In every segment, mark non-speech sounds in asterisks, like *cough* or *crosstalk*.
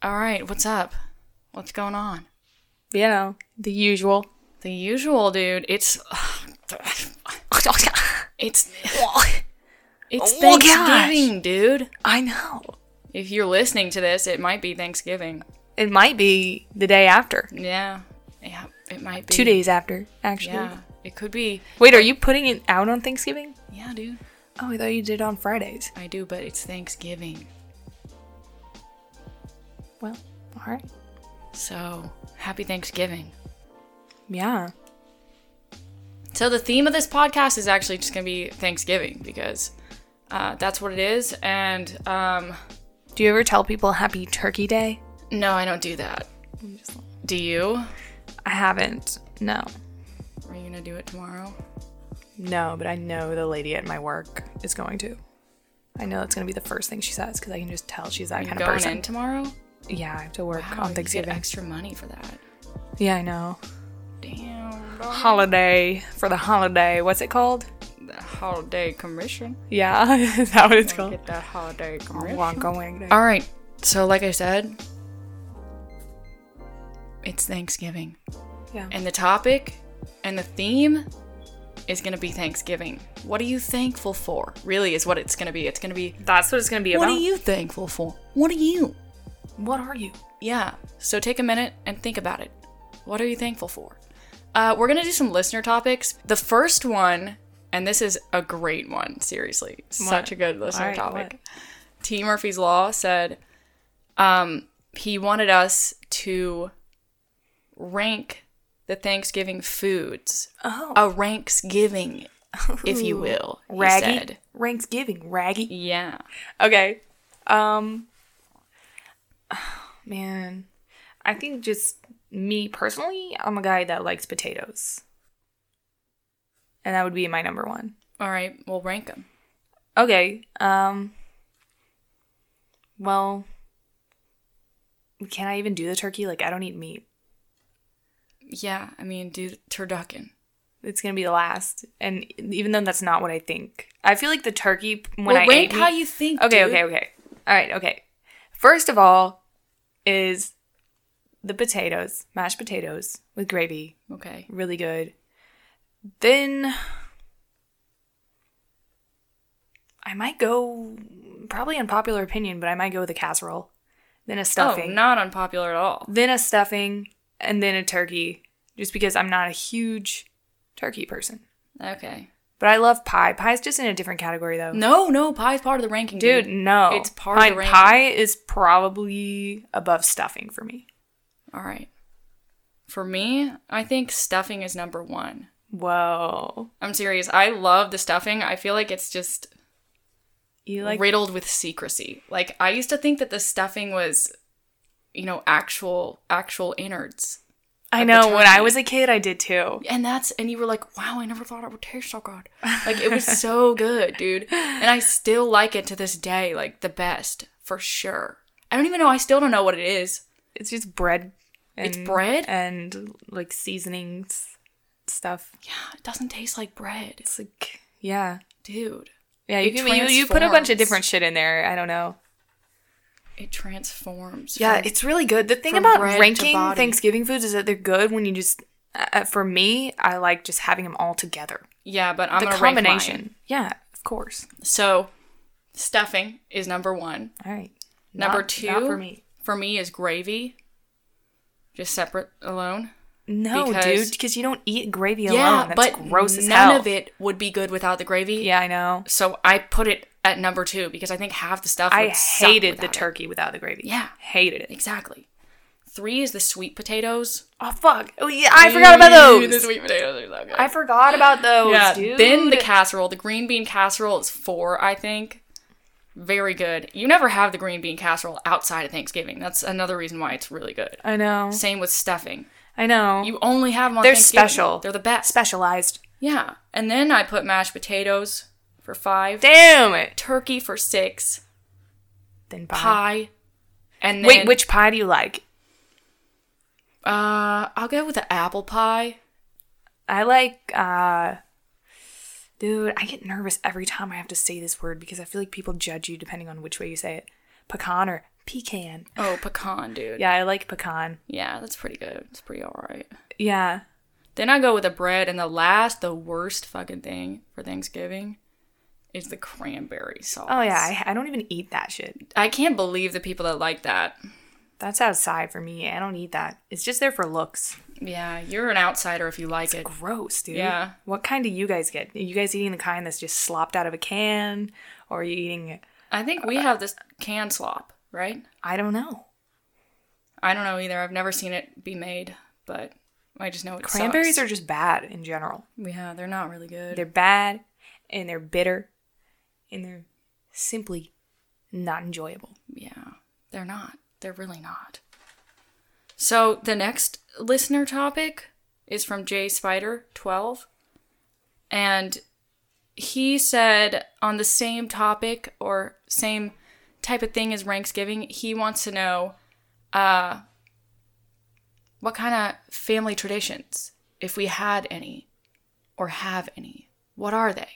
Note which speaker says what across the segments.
Speaker 1: All right, what's up? What's going on?
Speaker 2: You know, the usual. *laughs*
Speaker 1: The usual, dude. It's *sighs* it's it's
Speaker 2: Oh, gosh.
Speaker 1: Thanksgiving, dude.
Speaker 2: I know.
Speaker 1: If you're listening to this, it might be Thanksgiving.
Speaker 2: It might be the day after.
Speaker 1: Yeah, yeah, it might be
Speaker 2: Two days after, actually.
Speaker 1: Yeah, it could be.
Speaker 2: Wait, are you putting it out on Thanksgiving?
Speaker 1: Yeah, dude.
Speaker 2: Oh, I thought you did on Fridays.
Speaker 1: I do, but it's Thanksgiving.
Speaker 2: Well, all right.
Speaker 1: So happy Thanksgiving.
Speaker 2: Yeah.
Speaker 1: So the theme of this podcast is actually just gonna be Thanksgiving because uh, that's what it is. And um,
Speaker 2: Do you ever tell people Happy Turkey Day?
Speaker 1: no, I don't do that. Do you?
Speaker 2: I haven't. No.
Speaker 1: Are you gonna do it tomorrow?
Speaker 2: No, but I know the lady at my work is going to. I know that's going to be the first thing she says because I can just tell she's that
Speaker 1: You
Speaker 2: kind
Speaker 1: going
Speaker 2: of person.
Speaker 1: in tomorrow?
Speaker 2: Yeah, I have to work
Speaker 1: Wow,
Speaker 2: on
Speaker 1: you get
Speaker 2: Thanksgiving.
Speaker 1: extra money for that.
Speaker 2: yeah, I know.
Speaker 1: Damn.
Speaker 2: Holiday for the holiday. What's it called?
Speaker 1: The holiday commission.
Speaker 2: Yeah, *laughs* is that what it's called?
Speaker 1: Get that holiday commission.
Speaker 2: We're going. to-
Speaker 1: Oh, All right. So, like I said, it's Thanksgiving.
Speaker 2: Yeah.
Speaker 1: And the topic and the theme is going to be Thanksgiving. What are you thankful for? Really, is what it's going to be. It's going to be,
Speaker 2: That's what it's going to be
Speaker 1: what are you thankful for? What are you?
Speaker 2: What are you?
Speaker 1: Yeah. So take a minute and think about it. What are you thankful for? Uh, we're going to do some listener topics. The first one, and this is a great one, seriously. Such a good listener
Speaker 2: All right,
Speaker 1: topic. T. Murphy's Law said um, he wanted us to rank the Thanksgiving foods.
Speaker 2: Oh.
Speaker 1: A ranksgiving, if you will. he
Speaker 2: Raggy.
Speaker 1: said.
Speaker 2: Ranks giving. Raggy.
Speaker 1: Yeah.
Speaker 2: Okay. Um. *sighs* Man, I think just me personally, I'm a guy that likes potatoes, and that would be my number one.
Speaker 1: All right. We'll rank them.
Speaker 2: Okay. Um. Well, can I even do the turkey? Like, I don't eat meat.
Speaker 1: Yeah. I mean, do turducken.
Speaker 2: It's gonna be the last, and even though that's not what I think, I feel like the turkey when
Speaker 1: well,
Speaker 2: I
Speaker 1: rank
Speaker 2: ate
Speaker 1: how
Speaker 2: meat-
Speaker 1: you think.
Speaker 2: Okay,
Speaker 1: dude.
Speaker 2: okay, okay. All right, okay. First of all, is the potatoes, mashed potatoes with gravy,
Speaker 1: Okay. Oh,
Speaker 2: really good. Then I might go, probably unpopular opinion, but I might go with a casserole, then a stuffing,
Speaker 1: Oh, not unpopular at all.
Speaker 2: then a stuffing, and then a turkey, just because I'm not a huge turkey person.
Speaker 1: Okay.
Speaker 2: But I love pie. Pie's just in a different category though.
Speaker 1: No, no, pie's part of the ranking, dude.
Speaker 2: Dude, no.
Speaker 1: It's part of the
Speaker 2: Pie-
Speaker 1: range.
Speaker 2: Pie is probably above stuffing for me.
Speaker 1: All right. For me, I think stuffing is number one.
Speaker 2: Whoa.
Speaker 1: I'm serious. I love the stuffing. I feel like it's just
Speaker 2: You like
Speaker 1: riddled with secrecy. Like I used to think that the stuffing was, you know, actual actual innards,
Speaker 2: I
Speaker 1: of
Speaker 2: know
Speaker 1: the
Speaker 2: when I
Speaker 1: turkey.
Speaker 2: was a kid I did too.
Speaker 1: and that's and you were like, wow, I never thought it would taste so good. Like it was
Speaker 2: *laughs*
Speaker 1: so good, dude. And I still like it to this day, like the best for sure. I don't even know. I still don't know what it is.
Speaker 2: It's just bread and
Speaker 1: It's bread?
Speaker 2: and like seasonings stuff.
Speaker 1: Yeah, it doesn't taste like bread,
Speaker 2: It's like yeah.
Speaker 1: dude.
Speaker 2: Yeah,
Speaker 1: It
Speaker 2: you, can, you you put a bunch of
Speaker 1: transforms.
Speaker 2: different shit in there. I don't know.
Speaker 1: It transforms.
Speaker 2: Yeah,
Speaker 1: from-
Speaker 2: it's really good. The thing
Speaker 1: from
Speaker 2: about
Speaker 1: bread to
Speaker 2: ranking
Speaker 1: body.
Speaker 2: Thanksgiving foods is that they're good when you just uh, for me, I like just having them all together.
Speaker 1: yeah, but I'm
Speaker 2: the
Speaker 1: gonna rank mine.
Speaker 2: combination. Yeah, of course.
Speaker 1: So, stuffing is number one.
Speaker 2: All right.
Speaker 1: Number
Speaker 2: Not-
Speaker 1: two
Speaker 2: not for me.
Speaker 1: For me is gravy, just separate alone.
Speaker 2: No,
Speaker 1: Because-
Speaker 2: dude, because you don't eat gravy alone.
Speaker 1: yeah,
Speaker 2: That's
Speaker 1: but
Speaker 2: gross as
Speaker 1: none
Speaker 2: hell.
Speaker 1: of it would be good without the gravy.
Speaker 2: Yeah, I know.
Speaker 1: So I put it at number two because I think half the stuff.
Speaker 2: I
Speaker 1: would suck
Speaker 2: hated the
Speaker 1: without it.
Speaker 2: turkey without the gravy.
Speaker 1: Yeah.
Speaker 2: hated it.
Speaker 1: Exactly. Three is the sweet potatoes.
Speaker 2: Oh fuck! Oh yeah, I forgot about
Speaker 1: Ooh, The
Speaker 2: those.
Speaker 1: sweet potatoes are so good.
Speaker 2: I forgot about those,
Speaker 1: Yeah,
Speaker 2: dude.
Speaker 1: then the casserole, the green bean casserole is four, I think. Very good. You never have the green bean casserole outside of Thanksgiving. That's another reason why it's really good.
Speaker 2: I know.
Speaker 1: Same with stuffing.
Speaker 2: I know.
Speaker 1: You only have them on
Speaker 2: They're
Speaker 1: Thanksgiving.
Speaker 2: special.
Speaker 1: They're the best.
Speaker 2: specialized.
Speaker 1: Yeah. And then I put mashed potatoes for five,
Speaker 2: Damn it.
Speaker 1: turkey for six,
Speaker 2: Then pie.
Speaker 1: pie, and then
Speaker 2: Wait, which pie do you like?
Speaker 1: Uh, I'll go with the apple pie.
Speaker 2: I like. uh Dude, I get nervous every time I have to say this word because I feel like people judge you depending on which way you say it. Pecan or Pecan.
Speaker 1: Oh, pecan, dude. Yeah.
Speaker 2: Yeah, I like pecan.
Speaker 1: that's pretty good. It's pretty all right.
Speaker 2: Yeah.
Speaker 1: Then I go with the bread, and the last, the worst fucking thing for Thanksgiving is the cranberry sauce.
Speaker 2: Oh yeah, I, I don't even eat that shit.
Speaker 1: I can't believe the people that like that.
Speaker 2: That's outside for me. I don't eat that. It's just there for looks.
Speaker 1: Yeah, you're an outsider if you like it.
Speaker 2: Gross, dude.
Speaker 1: Yeah.
Speaker 2: What kind do you guys get? Are you guys eating the kind that's just slopped out of a can, or are you eating?
Speaker 1: I think we have this can slop, right?
Speaker 2: I don't know.
Speaker 1: I don't know either. I've never seen it be made, but I just know it
Speaker 2: Cranberries
Speaker 1: sucks.
Speaker 2: are just bad in general.
Speaker 1: yeah, they're not really good.
Speaker 2: They're bad, and they're bitter, and they're simply not enjoyable.
Speaker 1: yeah, they're not. They're really not. So the next listener topic is from J Spider twelve, and he said on the same topic or same type of thing as Ranksgiving, he wants to know, uh, what kind of family traditions, if we had any, or have any, what are they?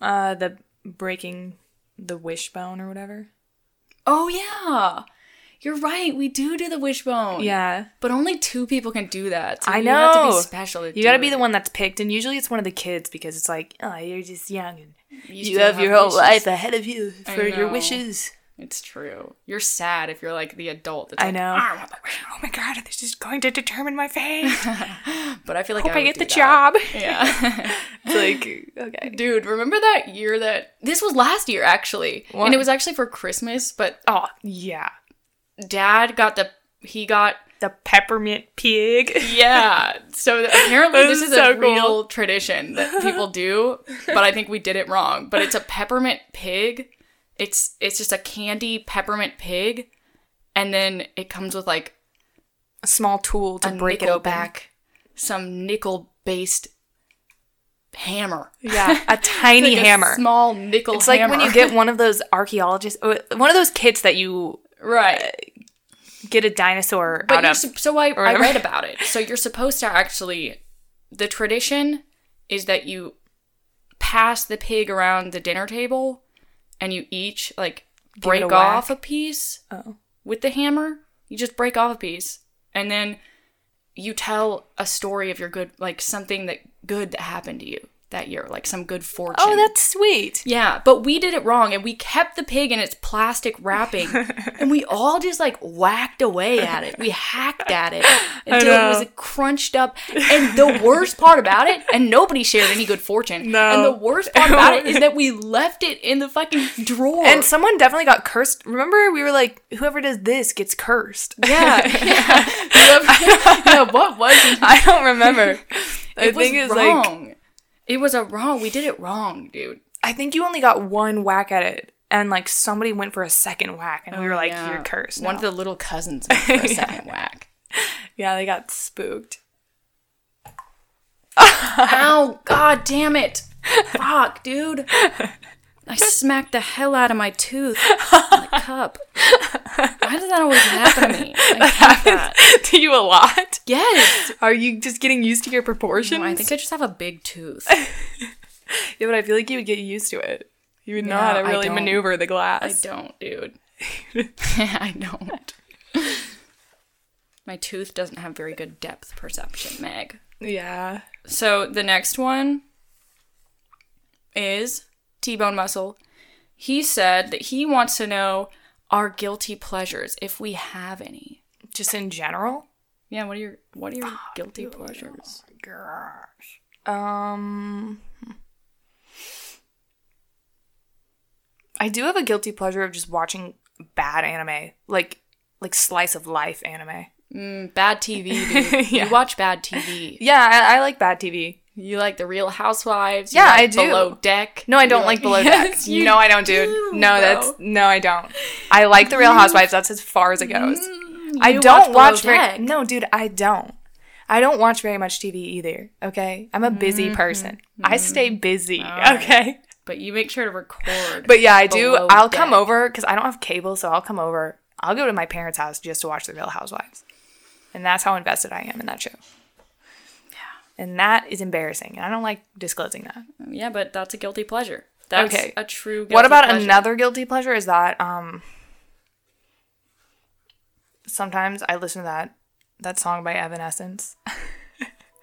Speaker 2: Uh, the breaking the wishbone or whatever.
Speaker 1: Oh yeah, you're right. We do do the wishbone.
Speaker 2: Yeah.
Speaker 1: But only two people can do that. So
Speaker 2: I
Speaker 1: you have to
Speaker 2: know.
Speaker 1: be special.
Speaker 2: You gotta be the one that's picked, and usually it's one of the kids because it's like, oh, you're just young and
Speaker 1: one.
Speaker 2: you have your whole life ahead of you for your
Speaker 1: know.
Speaker 2: wishes.
Speaker 1: It's true. You're sad if you're like the adult. That's
Speaker 2: I
Speaker 1: like, "Ah,
Speaker 2: know.
Speaker 1: "I want the wish."
Speaker 2: Oh my god, this is going to determine my *laughs* fate.
Speaker 1: But I feel like
Speaker 2: Hope I
Speaker 1: would
Speaker 2: get
Speaker 1: do
Speaker 2: the
Speaker 1: that.
Speaker 2: job.
Speaker 1: Yeah.
Speaker 2: *laughs*
Speaker 1: *laughs*
Speaker 2: It's like, okay.
Speaker 1: Dude, remember that year that this was last year actually,
Speaker 2: What?
Speaker 1: and it was actually for Christmas. But
Speaker 2: Oh, yeah.
Speaker 1: Dad got the he got
Speaker 2: The peppermint pig.
Speaker 1: yeah. So
Speaker 2: *laughs*
Speaker 1: th- apparently
Speaker 2: This
Speaker 1: this is
Speaker 2: is so
Speaker 1: a
Speaker 2: cool.
Speaker 1: real tradition that people do, but I think we did it wrong. But it's a peppermint pig. It's it's just a candy peppermint pig, and then it comes with like
Speaker 2: A small tool to
Speaker 1: a
Speaker 2: break it
Speaker 1: nickel
Speaker 2: open.
Speaker 1: back, some nickel based hammer. *laughs*
Speaker 2: Yeah, a tiny
Speaker 1: Like a
Speaker 2: hammer.
Speaker 1: small nickel.
Speaker 2: it's like when
Speaker 1: hammer.
Speaker 2: you get one of those archaeologists, or one of those kits that you
Speaker 1: right.
Speaker 2: get a dinosaur
Speaker 1: But
Speaker 2: out
Speaker 1: you're
Speaker 2: of.
Speaker 1: sup- so I, I
Speaker 2: whatever.
Speaker 1: read about it. So you're supposed to actually the tradition is that you pass the pig around the dinner table and you each like break
Speaker 2: a
Speaker 1: off a piece
Speaker 2: Oh.
Speaker 1: with the hammer. You just break off a piece and then you tell a story of your good like something that good that happened to you that year, like some good fortune.
Speaker 2: oh, that's sweet.
Speaker 1: Yeah, but we did it wrong and we kept the pig in its plastic
Speaker 2: *laughs*
Speaker 1: wrapping and we all just like whacked away at it. We hacked at
Speaker 2: *laughs*
Speaker 1: it until it was
Speaker 2: know.
Speaker 1: crunched up. And the worst part about it, and nobody shared any good fortune.
Speaker 2: No.
Speaker 1: And the worst part about it
Speaker 2: *laughs*
Speaker 1: is that we left it in the fucking drawer.
Speaker 2: And someone definitely got cursed. Remember, we were like, whoever does this gets cursed.
Speaker 1: *laughs* yeah. Yeah. yeah, what was it?
Speaker 2: *laughs* I
Speaker 1: *laughs*
Speaker 2: don't remember. I
Speaker 1: It was
Speaker 2: think it's like
Speaker 1: wrong. it was a wrong. We did it wrong, dude.
Speaker 2: I think you only got one whack at it, and like somebody went for a second whack, and we were like,
Speaker 1: Oh, Yeah.
Speaker 2: "You're cursed."
Speaker 1: One
Speaker 2: now."
Speaker 1: of the little cousins went for a
Speaker 2: *laughs*
Speaker 1: second whack.
Speaker 2: yeah, they got spooked. *laughs*
Speaker 1: Ow, god damn it. Fuck, dude. I smacked the hell out of my tooth in the cup. Why does that always happen to me? I hate that.
Speaker 2: to you
Speaker 1: *laughs*
Speaker 2: a lot?
Speaker 1: Yes.
Speaker 2: Are you just getting used to your proportions?
Speaker 1: No, I think I just have a big tooth.
Speaker 2: yeah, but I feel like you would get used to it. You would know
Speaker 1: Yeah,
Speaker 2: how to
Speaker 1: I
Speaker 2: really
Speaker 1: don't.
Speaker 2: maneuver the
Speaker 1: I
Speaker 2: glass.
Speaker 1: don't, dude. *laughs* I don't. My tooth doesn't have very good depth perception, Meg.
Speaker 2: Yeah.
Speaker 1: So the next one is T Bone Muscle. He said that he wants to know our guilty pleasures, if we have any.
Speaker 2: Just in general.
Speaker 1: Yeah, what are your what are your guilty pleasures?
Speaker 2: Gosh. Um. I do have a guilty pleasure of just watching bad anime, like like slice of life anime.
Speaker 1: Mm, bad TV,
Speaker 2: *laughs*
Speaker 1: dude.
Speaker 2: Yeah.
Speaker 1: You watch bad TV.
Speaker 2: Yeah, I, I like bad TV.
Speaker 1: You like the Real Housewives. you
Speaker 2: Yeah,
Speaker 1: like
Speaker 2: I do.
Speaker 1: Below Deck.
Speaker 2: No, I
Speaker 1: You
Speaker 2: don't like *laughs* Below
Speaker 1: Yes,
Speaker 2: Deck.
Speaker 1: you
Speaker 2: No, I don't, dude.
Speaker 1: do,
Speaker 2: no,
Speaker 1: bro.
Speaker 2: that's no, I don't. I like The Real Housewives. That's as far as it goes.
Speaker 1: Mm,
Speaker 2: I
Speaker 1: you
Speaker 2: don't
Speaker 1: Below
Speaker 2: watch very.
Speaker 1: Deck.
Speaker 2: No, dude, I don't. I don't watch very much TV either. Okay, I'm a busy person. I stay busy.
Speaker 1: right.
Speaker 2: Okay.
Speaker 1: but you make sure to record.
Speaker 2: But yeah, I do.
Speaker 1: Below
Speaker 2: I'll come
Speaker 1: deck.
Speaker 2: over because I don't have cable, so I'll come over. I'll go to my parents' house just to watch The Real Housewives, and that's how invested I am in that show. Yeah, and that is embarrassing, and I don't like disclosing that.
Speaker 1: yeah, but that's a guilty pleasure. That's
Speaker 2: Okay.
Speaker 1: a true. Guilty
Speaker 2: what about
Speaker 1: pleasure.
Speaker 2: another guilty pleasure? Is that um, sometimes I listen to that that song by Evanescence.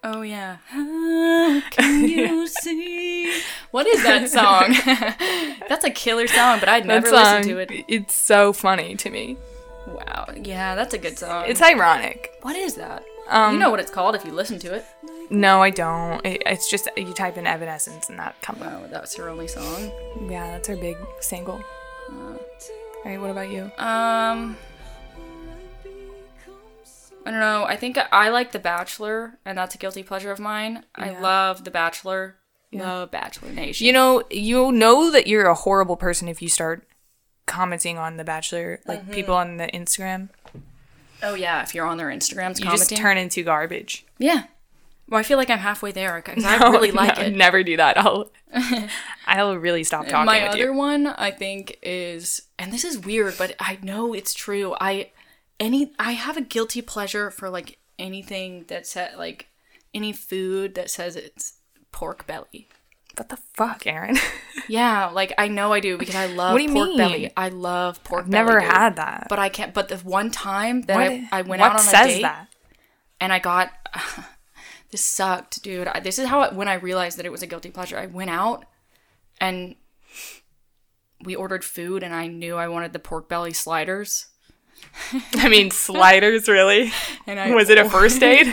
Speaker 1: Oh *laughs* yeah. How can you see? What is *laughs* that *laughs* song?
Speaker 2: *laughs*
Speaker 1: that's a killer song, but I'd never
Speaker 2: That
Speaker 1: listened
Speaker 2: song,
Speaker 1: to it.
Speaker 2: It's so funny to me.
Speaker 1: Wow. Yeah, that's a good song.
Speaker 2: It's ironic.
Speaker 1: what is that?
Speaker 2: Um,
Speaker 1: you know what it's called if you listen to it.
Speaker 2: No, I don't. It, it's just you type in Evanescence and that comes up.
Speaker 1: Wow, that's her only song.
Speaker 2: Yeah, that's her big single. Uh, All right, what about you?
Speaker 1: Um, I don't know. I think I, I like The Bachelor, and that's a guilty pleasure of mine. I
Speaker 2: Yeah.
Speaker 1: love The Bachelor. Love Bachelor Nation.
Speaker 2: You know, you know that you're a horrible person if you start commenting on The Bachelor, like people on the Instagram.
Speaker 1: oh yeah, if you're on their Instagrams
Speaker 2: You
Speaker 1: commenting,
Speaker 2: just turn into *laughs* garbage.
Speaker 1: yeah. Well, I feel like I'm halfway there because *laughs* I really like
Speaker 2: Oh, No,
Speaker 1: it.
Speaker 2: Never do that. *laughs* I'll I'll really stop talking
Speaker 1: My
Speaker 2: with
Speaker 1: other
Speaker 2: you.
Speaker 1: one, I think, is and this is weird, but I know it's true. I any I have a guilty pleasure for like anything that said like any food that says it's pork belly.
Speaker 2: What the fuck, *laughs* Aaron?
Speaker 1: Yeah, like I know I do because I love
Speaker 2: What do you
Speaker 1: pork
Speaker 2: mean?
Speaker 1: belly. I love pork belly.
Speaker 2: Never
Speaker 1: dude.
Speaker 2: had that.
Speaker 1: But I can't. But the one time that I, I went out
Speaker 2: what
Speaker 1: on a
Speaker 2: says
Speaker 1: date
Speaker 2: that?
Speaker 1: and I got *sighs* this sucked, dude. I, this is how when I realized that it was a guilty pleasure. I went out and we ordered food, and I knew I wanted the pork belly sliders.
Speaker 2: I *laughs* mean, sliders, really?
Speaker 1: And I
Speaker 2: Was it a *laughs* first date?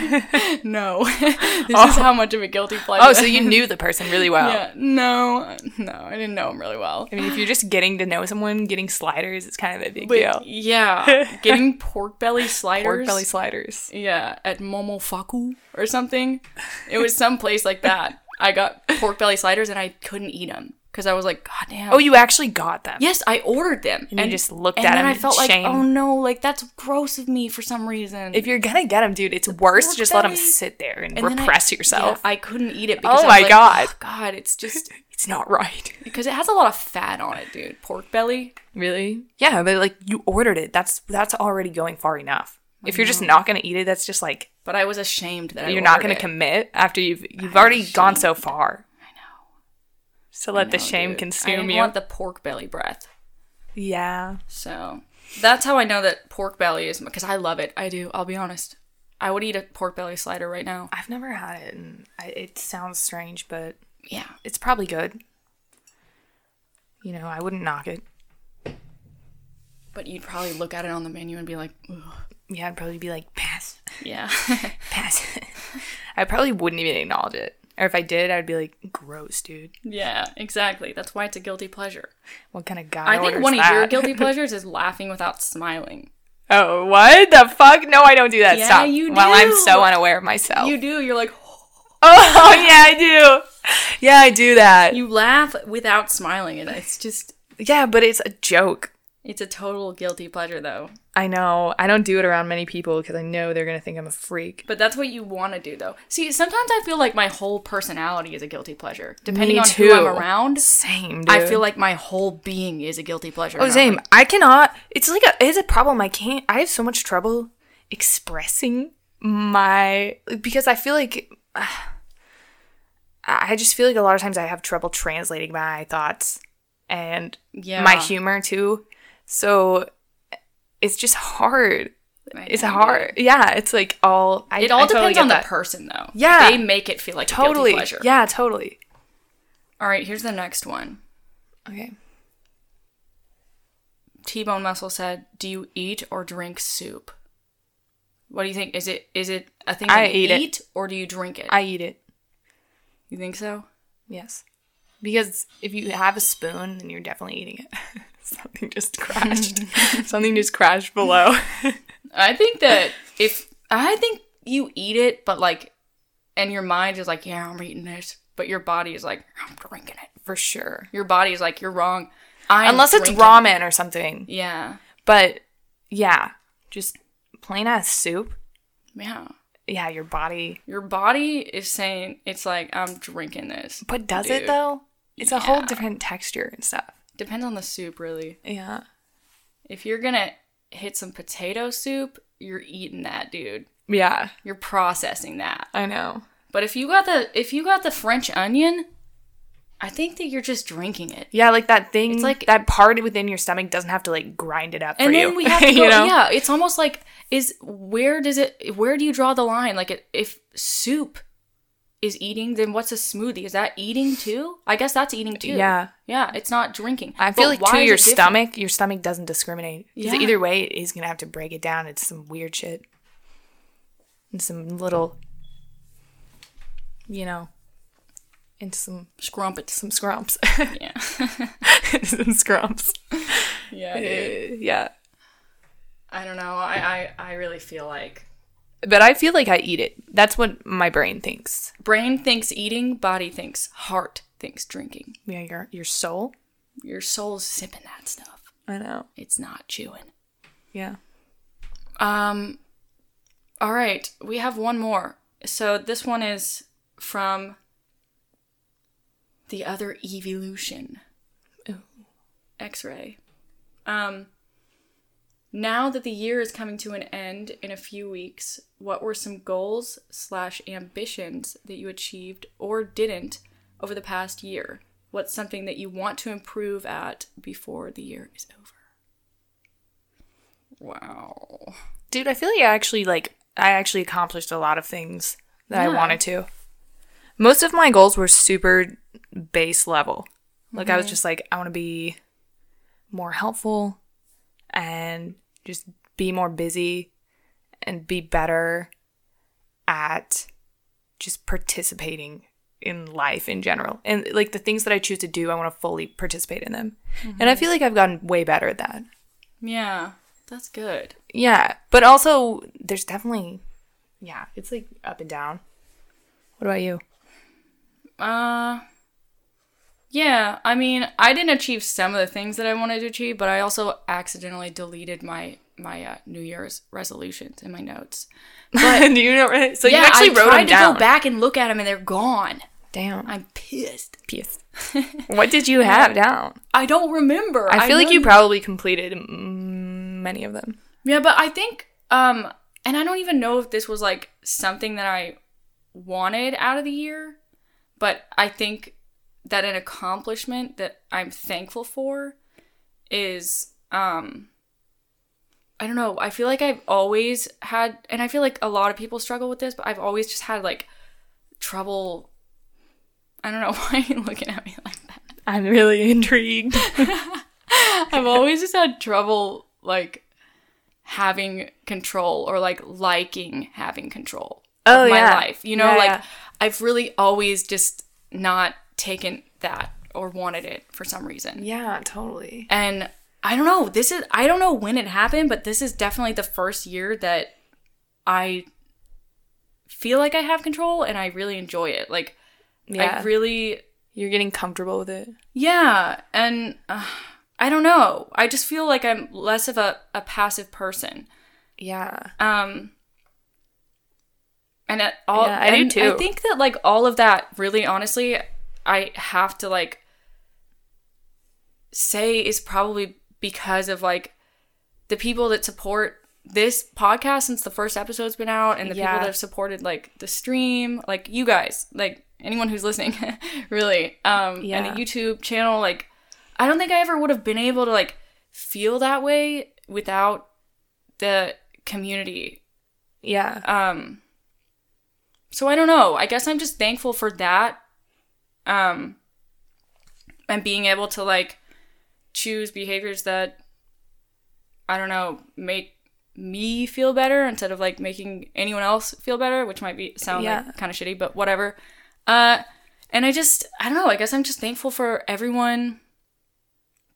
Speaker 1: *laughs* no? this is how much of a guilty pleasure.
Speaker 2: oh, so you knew the person really *laughs*
Speaker 1: *laughs*
Speaker 2: well.
Speaker 1: yeah, no, no, I didn't know him really well.
Speaker 2: I mean, if you're just getting to know someone, getting sliders is kind of a big
Speaker 1: But
Speaker 2: deal. *laughs*
Speaker 1: yeah, getting pork belly sliders.
Speaker 2: Pork belly sliders.
Speaker 1: Yeah, at Momofaku or something. It was some place like that. I got pork belly sliders and I couldn't eat them because I was like, God damn.
Speaker 2: Oh, you actually got them.
Speaker 1: yes, I ordered them. And,
Speaker 2: you just looked
Speaker 1: and
Speaker 2: at
Speaker 1: then
Speaker 2: them
Speaker 1: I
Speaker 2: in
Speaker 1: felt like,
Speaker 2: shame.
Speaker 1: oh no, like that's gross of me for some reason.
Speaker 2: If you're gonna get them, dude, it's worse to
Speaker 1: pork
Speaker 2: just let 'em let
Speaker 1: belly-
Speaker 2: them sit there and,
Speaker 1: And then I-
Speaker 2: repress yourself.
Speaker 1: yeah, I couldn't eat it because
Speaker 2: Oh
Speaker 1: I was
Speaker 2: my
Speaker 1: like,
Speaker 2: God.
Speaker 1: "Ugh, God, it's just *laughs*
Speaker 2: it's not right. *laughs*
Speaker 1: because it has a lot of fat on it, dude. Pork belly.
Speaker 2: Really? Yeah, but like you ordered it. That's that's already going far enough. If you're just not gonna eat it, that's just like
Speaker 1: But I was ashamed that I
Speaker 2: you're not
Speaker 1: ordered
Speaker 2: gonna
Speaker 1: it.
Speaker 2: commit after you've you've already gone so far. I know. So let the
Speaker 1: No,
Speaker 2: shame
Speaker 1: dude. I
Speaker 2: consume
Speaker 1: didn't
Speaker 2: you.
Speaker 1: want the pork belly breath.
Speaker 2: yeah.
Speaker 1: So that's how I know that pork belly is because I love it. I do. I'll be honest. I would eat a pork belly slider right now.
Speaker 2: I've never had it, and I, it sounds strange, but
Speaker 1: Yeah.
Speaker 2: it's probably good. You know, I wouldn't knock it.
Speaker 1: But you'd probably look at it on the menu and be like, Ugh.
Speaker 2: Yeah, I'd probably be like pass,
Speaker 1: yeah. *laughs*
Speaker 2: pass. *laughs* I probably wouldn't even acknowledge it, or if I did, I'd be like, gross, dude.
Speaker 1: yeah, exactly. That's why it's a guilty pleasure.
Speaker 2: What kind of guy?
Speaker 1: I think
Speaker 2: orders
Speaker 1: one of your
Speaker 2: that?"
Speaker 1: guilty pleasures is laughing without smiling.
Speaker 2: *laughs* Oh, what the fuck? No, I don't do that.
Speaker 1: Yeah,
Speaker 2: Stop.
Speaker 1: you
Speaker 2: Well, I'm
Speaker 1: do.
Speaker 2: so unaware of myself.
Speaker 1: You do. You're like, *gasps*
Speaker 2: *laughs* oh, yeah, I do. Yeah, I do that.
Speaker 1: you laugh without smiling. And it's just,
Speaker 2: yeah, but it's a joke.
Speaker 1: it's a total guilty pleasure, though.
Speaker 2: I know. I don't do it around many people because I know they're gonna think I'm a freak.
Speaker 1: But that's what you want to do, though. See, sometimes I feel like my whole personality is a guilty pleasure, depending
Speaker 2: Me
Speaker 1: on
Speaker 2: too.
Speaker 1: who I'm around.
Speaker 2: Same. Dude.
Speaker 1: I feel like my whole being is a guilty pleasure.
Speaker 2: Oh, same. I cannot. It's like a. It's a problem. I can't. I have so much trouble expressing my because I feel like *sighs* ah, I just feel like a lot of times I have trouble translating my thoughts and
Speaker 1: Yeah.
Speaker 2: my humor too. So it's just hard.
Speaker 1: I
Speaker 2: It's
Speaker 1: know,
Speaker 2: hard. Yeah. It's like all. I,
Speaker 1: It all
Speaker 2: I totally
Speaker 1: depends
Speaker 2: get
Speaker 1: on the
Speaker 2: that.
Speaker 1: person, though.
Speaker 2: Yeah.
Speaker 1: They make it feel like a
Speaker 2: Totally.
Speaker 1: guilty pleasure.
Speaker 2: Yeah. Totally.
Speaker 1: All right, here's the next one.
Speaker 2: Okay.
Speaker 1: T Bone Muscle said, "Do you eat or drink soup? What do you think? Is it is it a thing that
Speaker 2: I
Speaker 1: you
Speaker 2: eat it.
Speaker 1: or do you drink it?
Speaker 2: I eat it.
Speaker 1: you think so?
Speaker 2: Yes. Because if you have a spoon, then you're definitely eating it. *laughs* Something just crashed.
Speaker 1: *laughs*
Speaker 2: Something just crashed below.
Speaker 1: I think that
Speaker 2: *laughs*
Speaker 1: if I think you eat it, but like, and your mind is like, yeah, I'm eating this, but your body is like, I'm drinking it.
Speaker 2: For sure.
Speaker 1: Your body is like, you're wrong. I'm
Speaker 2: Unless it's
Speaker 1: drinking-
Speaker 2: ramen or something.
Speaker 1: Yeah.
Speaker 2: But yeah, just plain ass soup.
Speaker 1: Yeah.
Speaker 2: Yeah, your body.
Speaker 1: Your body is saying it's like I'm drinking this.
Speaker 2: But does it
Speaker 1: Dude.
Speaker 2: though? It's a whole
Speaker 1: Yeah.
Speaker 2: different texture and stuff.
Speaker 1: Depends on the soup, really.
Speaker 2: Yeah.
Speaker 1: If you're gonna hit some potato soup, you're eating that, dude.
Speaker 2: Yeah,
Speaker 1: You're processing that.
Speaker 2: I know.
Speaker 1: But if you got the if you got the French onion, I think that you're just drinking it.
Speaker 2: Yeah, like that thing,
Speaker 1: It's like-
Speaker 2: like that part within your stomach doesn't have to like grind it up
Speaker 1: And
Speaker 2: for
Speaker 1: then
Speaker 2: you.
Speaker 1: we have
Speaker 2: *laughs*
Speaker 1: to go,
Speaker 2: you know?
Speaker 1: yeah, it's almost like is where does it where do you draw the line? Like it, if soup is eating, then what's a smoothie? Is that eating too? I guess that's eating too.
Speaker 2: Yeah.
Speaker 1: Yeah, it's not drinking.
Speaker 2: I feel
Speaker 1: But
Speaker 2: like
Speaker 1: why
Speaker 2: too
Speaker 1: is
Speaker 2: your
Speaker 1: it different?
Speaker 2: stomach, your stomach doesn't discriminate. 'Cause
Speaker 1: Yeah.
Speaker 2: Either way, it is gonna have to break it down. It's some weird shit. And some little, you know, into some
Speaker 1: Scrumpets.
Speaker 2: some scrumps,
Speaker 1: *laughs*
Speaker 2: *laughs*
Speaker 1: Yeah.
Speaker 2: some
Speaker 1: *laughs*
Speaker 2: scrumps.
Speaker 1: yeah.
Speaker 2: Uh,
Speaker 1: dude.
Speaker 2: yeah,
Speaker 1: I don't know. I, I I really feel like
Speaker 2: but I feel like I eat it. That's what my brain thinks.
Speaker 1: brain thinks eating, body thinks, heart thinks drinking.
Speaker 2: Yeah, your your soul.
Speaker 1: Your soul's sipping that stuff.
Speaker 2: I know.
Speaker 1: It's not chewing.
Speaker 2: Yeah.
Speaker 1: Um, all right, we have one more. So this one is from the other evolution.
Speaker 2: Ooh.
Speaker 1: X-ray. Um, now that the year is coming to an end in a few weeks, what were some goals slash ambitions that you achieved or didn't over the past year? What's something that you want to improve at before the year is over? Wow.
Speaker 2: Dude, I feel like I actually like I actually accomplished a lot of things that I
Speaker 1: Yeah.
Speaker 2: wanted to. Most of my goals were super base level. Like I was just like I want to be more helpful and just be more busy and be better at just participating in life in general. And like the things that I choose to do, I want to fully participate in them. And I feel like I've gotten way better at that.
Speaker 1: Yeah, that's good.
Speaker 2: Yeah, but also there's definitely, yeah, it's like up and down. What about *laughs* you?
Speaker 1: Uh Yeah, I mean, I didn't achieve some of the things that I wanted to achieve, but I also accidentally deleted my my uh, New Year's resolutions in my notes.
Speaker 2: *laughs* Do you know? right? So
Speaker 1: yeah,
Speaker 2: you actually
Speaker 1: I
Speaker 2: wrote
Speaker 1: tried
Speaker 2: them down.
Speaker 1: to go back and look at them, and they're gone.
Speaker 2: Damn,
Speaker 1: I'm pissed. *laughs*
Speaker 2: piece. what did you have down?
Speaker 1: I don't remember.
Speaker 2: I feel like
Speaker 1: know-
Speaker 2: you probably completed mm, many of them.
Speaker 1: Yeah, but I think um and I don't even know if this was like something that I wanted out of the year, but I think that an accomplishment that I'm thankful for is um I don't know, I feel like I've always had and I feel like a lot of people struggle with this, but I've always just had like trouble I don't know *laughs* why are you looking at me like that.
Speaker 2: I'm really *laughs* intrigued.
Speaker 1: I've always just had trouble like having control or like liking having control
Speaker 2: Oh,
Speaker 1: of my
Speaker 2: yeah.
Speaker 1: life. You know,
Speaker 2: Yeah,
Speaker 1: like
Speaker 2: yeah.
Speaker 1: I've really always just not taken that or wanted it for some reason.
Speaker 2: yeah, totally.
Speaker 1: And I don't know, this is I don't know when it happened, but this is definitely the first year that I feel like I have control and I really enjoy it. Like
Speaker 2: Yeah,
Speaker 1: I really
Speaker 2: you're getting comfortable with it.
Speaker 1: yeah, and uh, I don't know. I just feel like I'm less of a, a passive person.
Speaker 2: Yeah,
Speaker 1: Um, and at all,
Speaker 2: Yeah, I do
Speaker 1: and
Speaker 2: too.
Speaker 1: I think that like all of that, really, honestly, I have to like say is probably because of like the people that support this podcast since the first episode's been out and the
Speaker 2: Yeah.
Speaker 1: people that have supported like the stream like you guys like anyone who's listening *laughs* really um
Speaker 2: Yeah.
Speaker 1: and the youtube channel like i don't think i ever would have been able to like feel that way without the community
Speaker 2: yeah,
Speaker 1: um so i don't know i guess i'm just thankful for that um and being able to like choose behaviors that i don't know make me feel better instead of like making anyone else feel better which might be sound
Speaker 2: Yeah.
Speaker 1: like kind of shitty but whatever uh and i just i don't know i guess i'm just thankful for everyone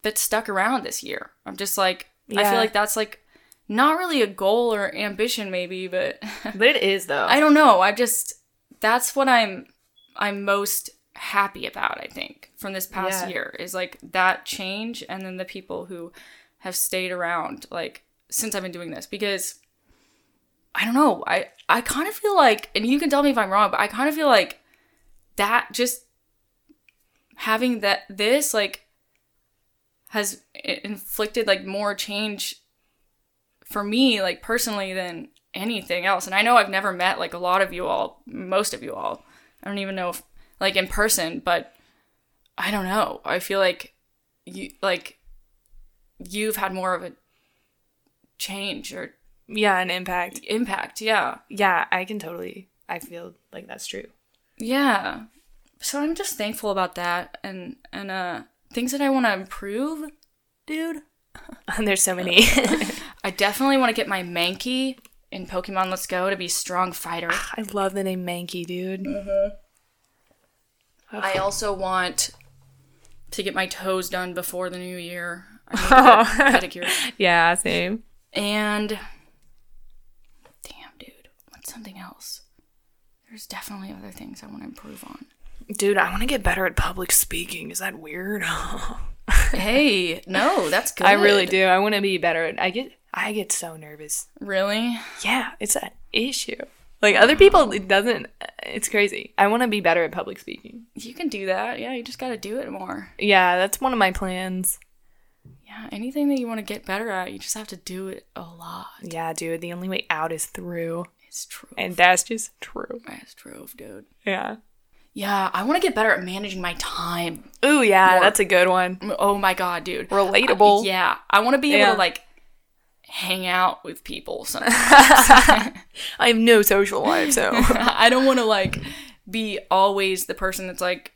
Speaker 1: that stuck around this year i'm just like i
Speaker 2: Yeah.
Speaker 1: feel like that's like not really a goal or ambition maybe but *laughs*
Speaker 2: but it is though.
Speaker 1: I don't know. I just that's what I'm I'm most happy about, I think, from this past
Speaker 2: Yeah.
Speaker 1: year is like that change and then the people who have stayed around like since I've been doing this because I don't know. I I kind of feel like and you can tell me if I'm wrong, but I kind of feel like that just having that this like has i- inflicted like more change for me like personally than anything else and i know i've never met like a lot of you all most of you all i don't even know if like in person but I don't know. I feel like you like you've had more of a change or
Speaker 2: Yeah, an impact.
Speaker 1: impact. Yeah.
Speaker 2: Yeah, I can totally. I feel like that's true. *laughs*
Speaker 1: Yeah. So I'm just thankful about that and and uh things that I want to improve, dude.
Speaker 2: And there's so many. *laughs*
Speaker 1: I definitely want to get my Mankey in Pokemon Let's Go to be strong fighter.
Speaker 2: I love the name Mankey, dude. *laughs*
Speaker 1: I also want to get my toes done before the new year.
Speaker 2: *laughs*
Speaker 1: I need a pedicure.
Speaker 2: Yeah, same.
Speaker 1: And damn, dude, what's something else? There's definitely other things I want to improve
Speaker 2: *laughs*
Speaker 1: on.
Speaker 2: Dude, I want to get better at public speaking. Is that weird? *laughs* I
Speaker 1: hey, no, that's good.
Speaker 2: really do. I want to be better at I get I get so nervous.
Speaker 1: Really?
Speaker 2: Yeah, it's an issue. Like other people it doesn't it's crazy. I want to be better at public speaking.
Speaker 1: You can do that. Yeah, you just got to do it more.
Speaker 2: Yeah, that's one of my plans.
Speaker 1: Yeah, anything that you want to get better at, you just have to do it a lot.
Speaker 2: Yeah, dude, the only way out is through.
Speaker 1: It's true.
Speaker 2: And that's just true.
Speaker 1: That's true, dude.
Speaker 2: Yeah.
Speaker 1: Yeah, I want to get better at managing my time.
Speaker 2: Ooh, yeah, that's a good one.
Speaker 1: Oh my god, dude. *laughs*
Speaker 2: Relatable.
Speaker 1: Yeah, I want to be
Speaker 2: Yeah.
Speaker 1: able to like hang out with people
Speaker 2: *laughs*
Speaker 1: sometimes. *laughs*
Speaker 2: I have no social life, *laughs* so
Speaker 1: I don't want to like be always the person that's like,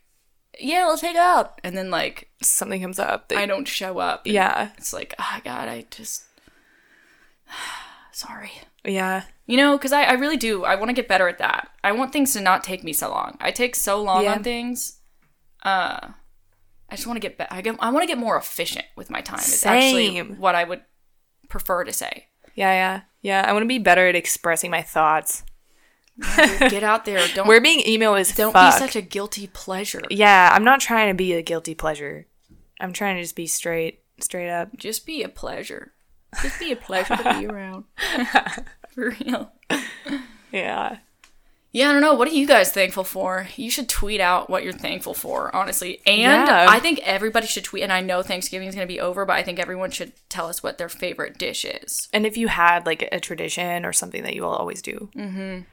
Speaker 1: yeah, let's hang out, and then like
Speaker 2: something comes up. That,
Speaker 1: I don't show up. and
Speaker 2: yeah.
Speaker 1: it's like, oh god, I just *sighs* sorry.
Speaker 2: Yeah.
Speaker 1: You know, because I, I really do. I want to get better at that. I want things to not take me so long. I take so long
Speaker 2: Yeah.
Speaker 1: on things. Uh, I just want to get better. I, get- I want to get more efficient with my time. It's actually
Speaker 2: Same.
Speaker 1: what I would prefer to say.
Speaker 2: Yeah, yeah. Yeah, I want to be better at expressing my thoughts.
Speaker 1: get out
Speaker 2: *laughs*
Speaker 1: there. Don't
Speaker 2: We're being emo as
Speaker 1: don't
Speaker 2: fuck.
Speaker 1: be such a guilty pleasure.
Speaker 2: yeah, I'm not trying to be a guilty pleasure. I'm trying to just be straight, straight up.
Speaker 1: Just be a pleasure. Just be a pleasure to
Speaker 2: *laughs*
Speaker 1: be around. For real.
Speaker 2: Yeah.
Speaker 1: Yeah, I don't know. What are you guys thankful for? You should tweet out what you're thankful for, honestly. And
Speaker 2: Yeah.
Speaker 1: I think everybody should tweet. And I know Thanksgiving is going to be over, but I think everyone should tell us what their favorite dish is.
Speaker 2: And if you had like a tradition or something that you will always do,
Speaker 1: Mm.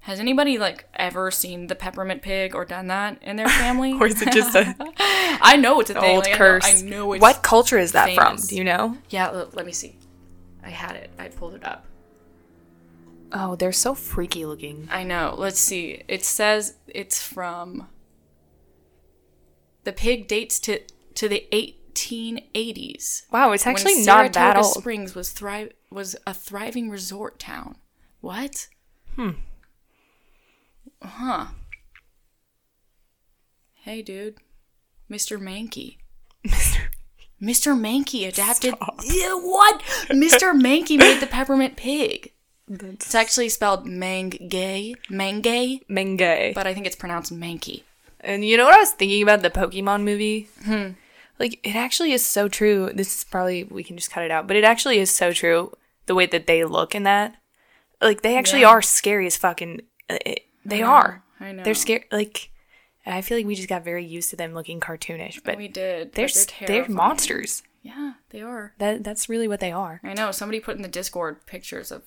Speaker 1: Has anybody like ever seen the peppermint pig or done that in
Speaker 2: *laughs*
Speaker 1: their family?
Speaker 2: or is it just a
Speaker 1: *laughs* I know it's a thing.
Speaker 2: old
Speaker 1: like, I know-
Speaker 2: curse?
Speaker 1: I know, it's
Speaker 2: what culture is that
Speaker 1: famous.
Speaker 2: from? Do you know?
Speaker 1: Yeah, l- let me see. I had it. I pulled it up.
Speaker 2: Oh, they're so freaky looking.
Speaker 1: I know. Let's see. It says it's from. The pig dates to to the 1880s.
Speaker 2: Wow, it's
Speaker 1: when
Speaker 2: actually not that
Speaker 1: Saratoga
Speaker 2: old. *laughs*
Speaker 1: Springs was thrive was a thriving resort town. What? Hmm. Huh. Hey, dude, Mr. Mankey. Mr. Mankey adapted. *laughs* Yeah, what? Mr. Mankey made the peppermint pig.
Speaker 2: That's
Speaker 1: It's actually spelled Mangay, Mangay,
Speaker 2: Menge.
Speaker 1: but I think it's pronounced Mankey.
Speaker 2: And you know what I was thinking about the Pokemon movie?
Speaker 1: Hmm.
Speaker 2: Like, it actually is so true. This is probably, we can just cut it out, but it actually is so true the way that they look in that. Like, they actually are scary as fucking. uh, uh, They are.
Speaker 1: I know.
Speaker 2: They're scary. Like, and I feel like we just got very used to them looking cartoonish, but
Speaker 1: We did. but
Speaker 2: they're, s-
Speaker 1: they're
Speaker 2: they're,
Speaker 1: terrifying.
Speaker 2: monsters.
Speaker 1: Yeah, they are.
Speaker 2: That That's really what they are.
Speaker 1: I know somebody put in the Discord pictures of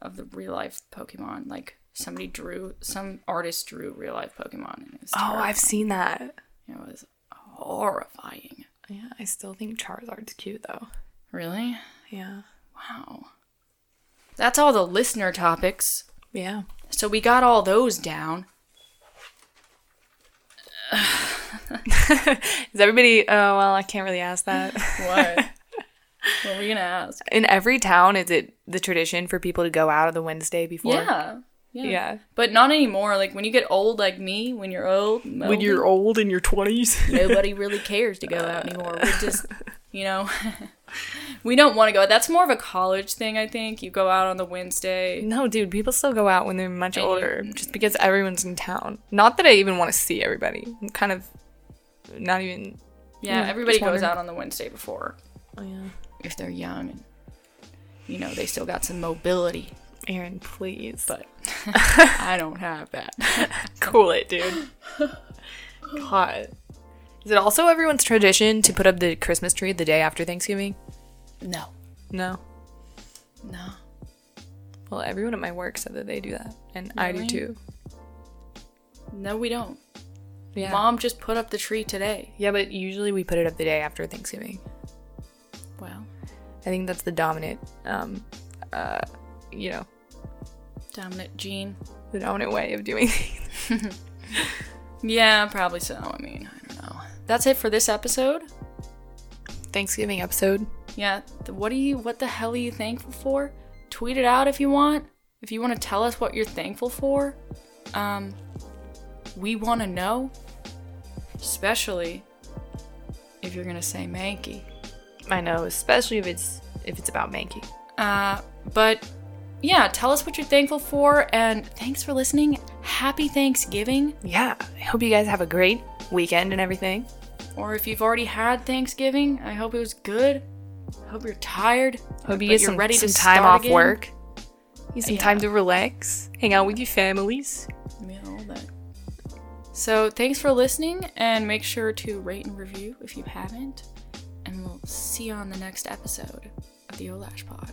Speaker 1: of the real life Pokemon. Like somebody drew, some artist drew real life Pokemon, and it was,
Speaker 2: Oh, I've seen that.
Speaker 1: it was horrifying.
Speaker 2: Yeah, I still think Charizard's cute, though.
Speaker 1: Really?
Speaker 2: Yeah.
Speaker 1: Wow. That's all the listener topics.
Speaker 2: Yeah.
Speaker 1: So we got all those down.
Speaker 2: Is everybody, oh, well, I can't really ask that. *laughs*
Speaker 1: What? what were you gonna ask?
Speaker 2: In every town, is it the tradition for people to go out on the Wednesday before?
Speaker 1: Yeah. Yeah.
Speaker 2: Yeah.
Speaker 1: But not anymore. Like when you get old, like me, when you're old,
Speaker 2: When you're old in your *laughs* 20s.
Speaker 1: nobody really cares to go out anymore. We just, you know, *laughs* we don't want to go. out. That's more of a college thing, I think. You go out on the Wednesday.
Speaker 2: no, dude, people still go out when they're much older just because everyone's in town. Not that I even want to see everybody. I'm kind of not even.
Speaker 1: Yeah,
Speaker 2: Yeah,
Speaker 1: everybody
Speaker 2: just
Speaker 1: goes
Speaker 2: wondering.
Speaker 1: out on the Wednesday before
Speaker 2: Yeah.
Speaker 1: if they're young and you know they still got some mobility.
Speaker 2: Aaron, please.
Speaker 1: But *laughs* I don't have that.
Speaker 2: cool it, *laughs* dude. God. Is it also everyone's tradition to put up the Christmas tree the day after Thanksgiving?
Speaker 1: No,
Speaker 2: No.
Speaker 1: no.
Speaker 2: Well, everyone at my work said that they do that, and I do
Speaker 1: Really?
Speaker 2: too.
Speaker 1: No, we don't.
Speaker 2: Yeah.
Speaker 1: Mom just put up the tree today.
Speaker 2: Yeah, but usually we put it up the day after Thanksgiving.
Speaker 1: Well,
Speaker 2: I think that's the dominant, um, uh, you know,
Speaker 1: dominant gene.
Speaker 2: the dominant way of doing *laughs* things.
Speaker 1: Yeah, probably so. I mean, I don't know. That's it for this episode.
Speaker 2: Thanksgiving episode.
Speaker 1: Yeah. th- What do you? What the hell are you thankful for? Tweet it out if you want. If you want to tell us what you're thankful for, um, we want to know. Especially if you're gonna say manky.
Speaker 2: I know, especially if it's if it's about Mankey.
Speaker 1: Uh, but yeah, tell us what you're thankful for, and thanks for listening. Happy Thanksgiving.
Speaker 2: Yeah, I hope you guys have a great weekend and everything.
Speaker 1: Or if you've already had Thanksgiving, I hope it was good. I hope you're tired.
Speaker 2: Hope you
Speaker 1: But
Speaker 2: get
Speaker 1: you're
Speaker 2: some,
Speaker 1: ready to
Speaker 2: some time
Speaker 1: start
Speaker 2: off
Speaker 1: again.
Speaker 2: work. Get some
Speaker 1: Yeah.
Speaker 2: time to relax, hang out with your families.
Speaker 1: Yeah, all that. So thanks for listening, and make sure to rate and review if you haven't. And we'll see you on the next episode of the Olash Pod.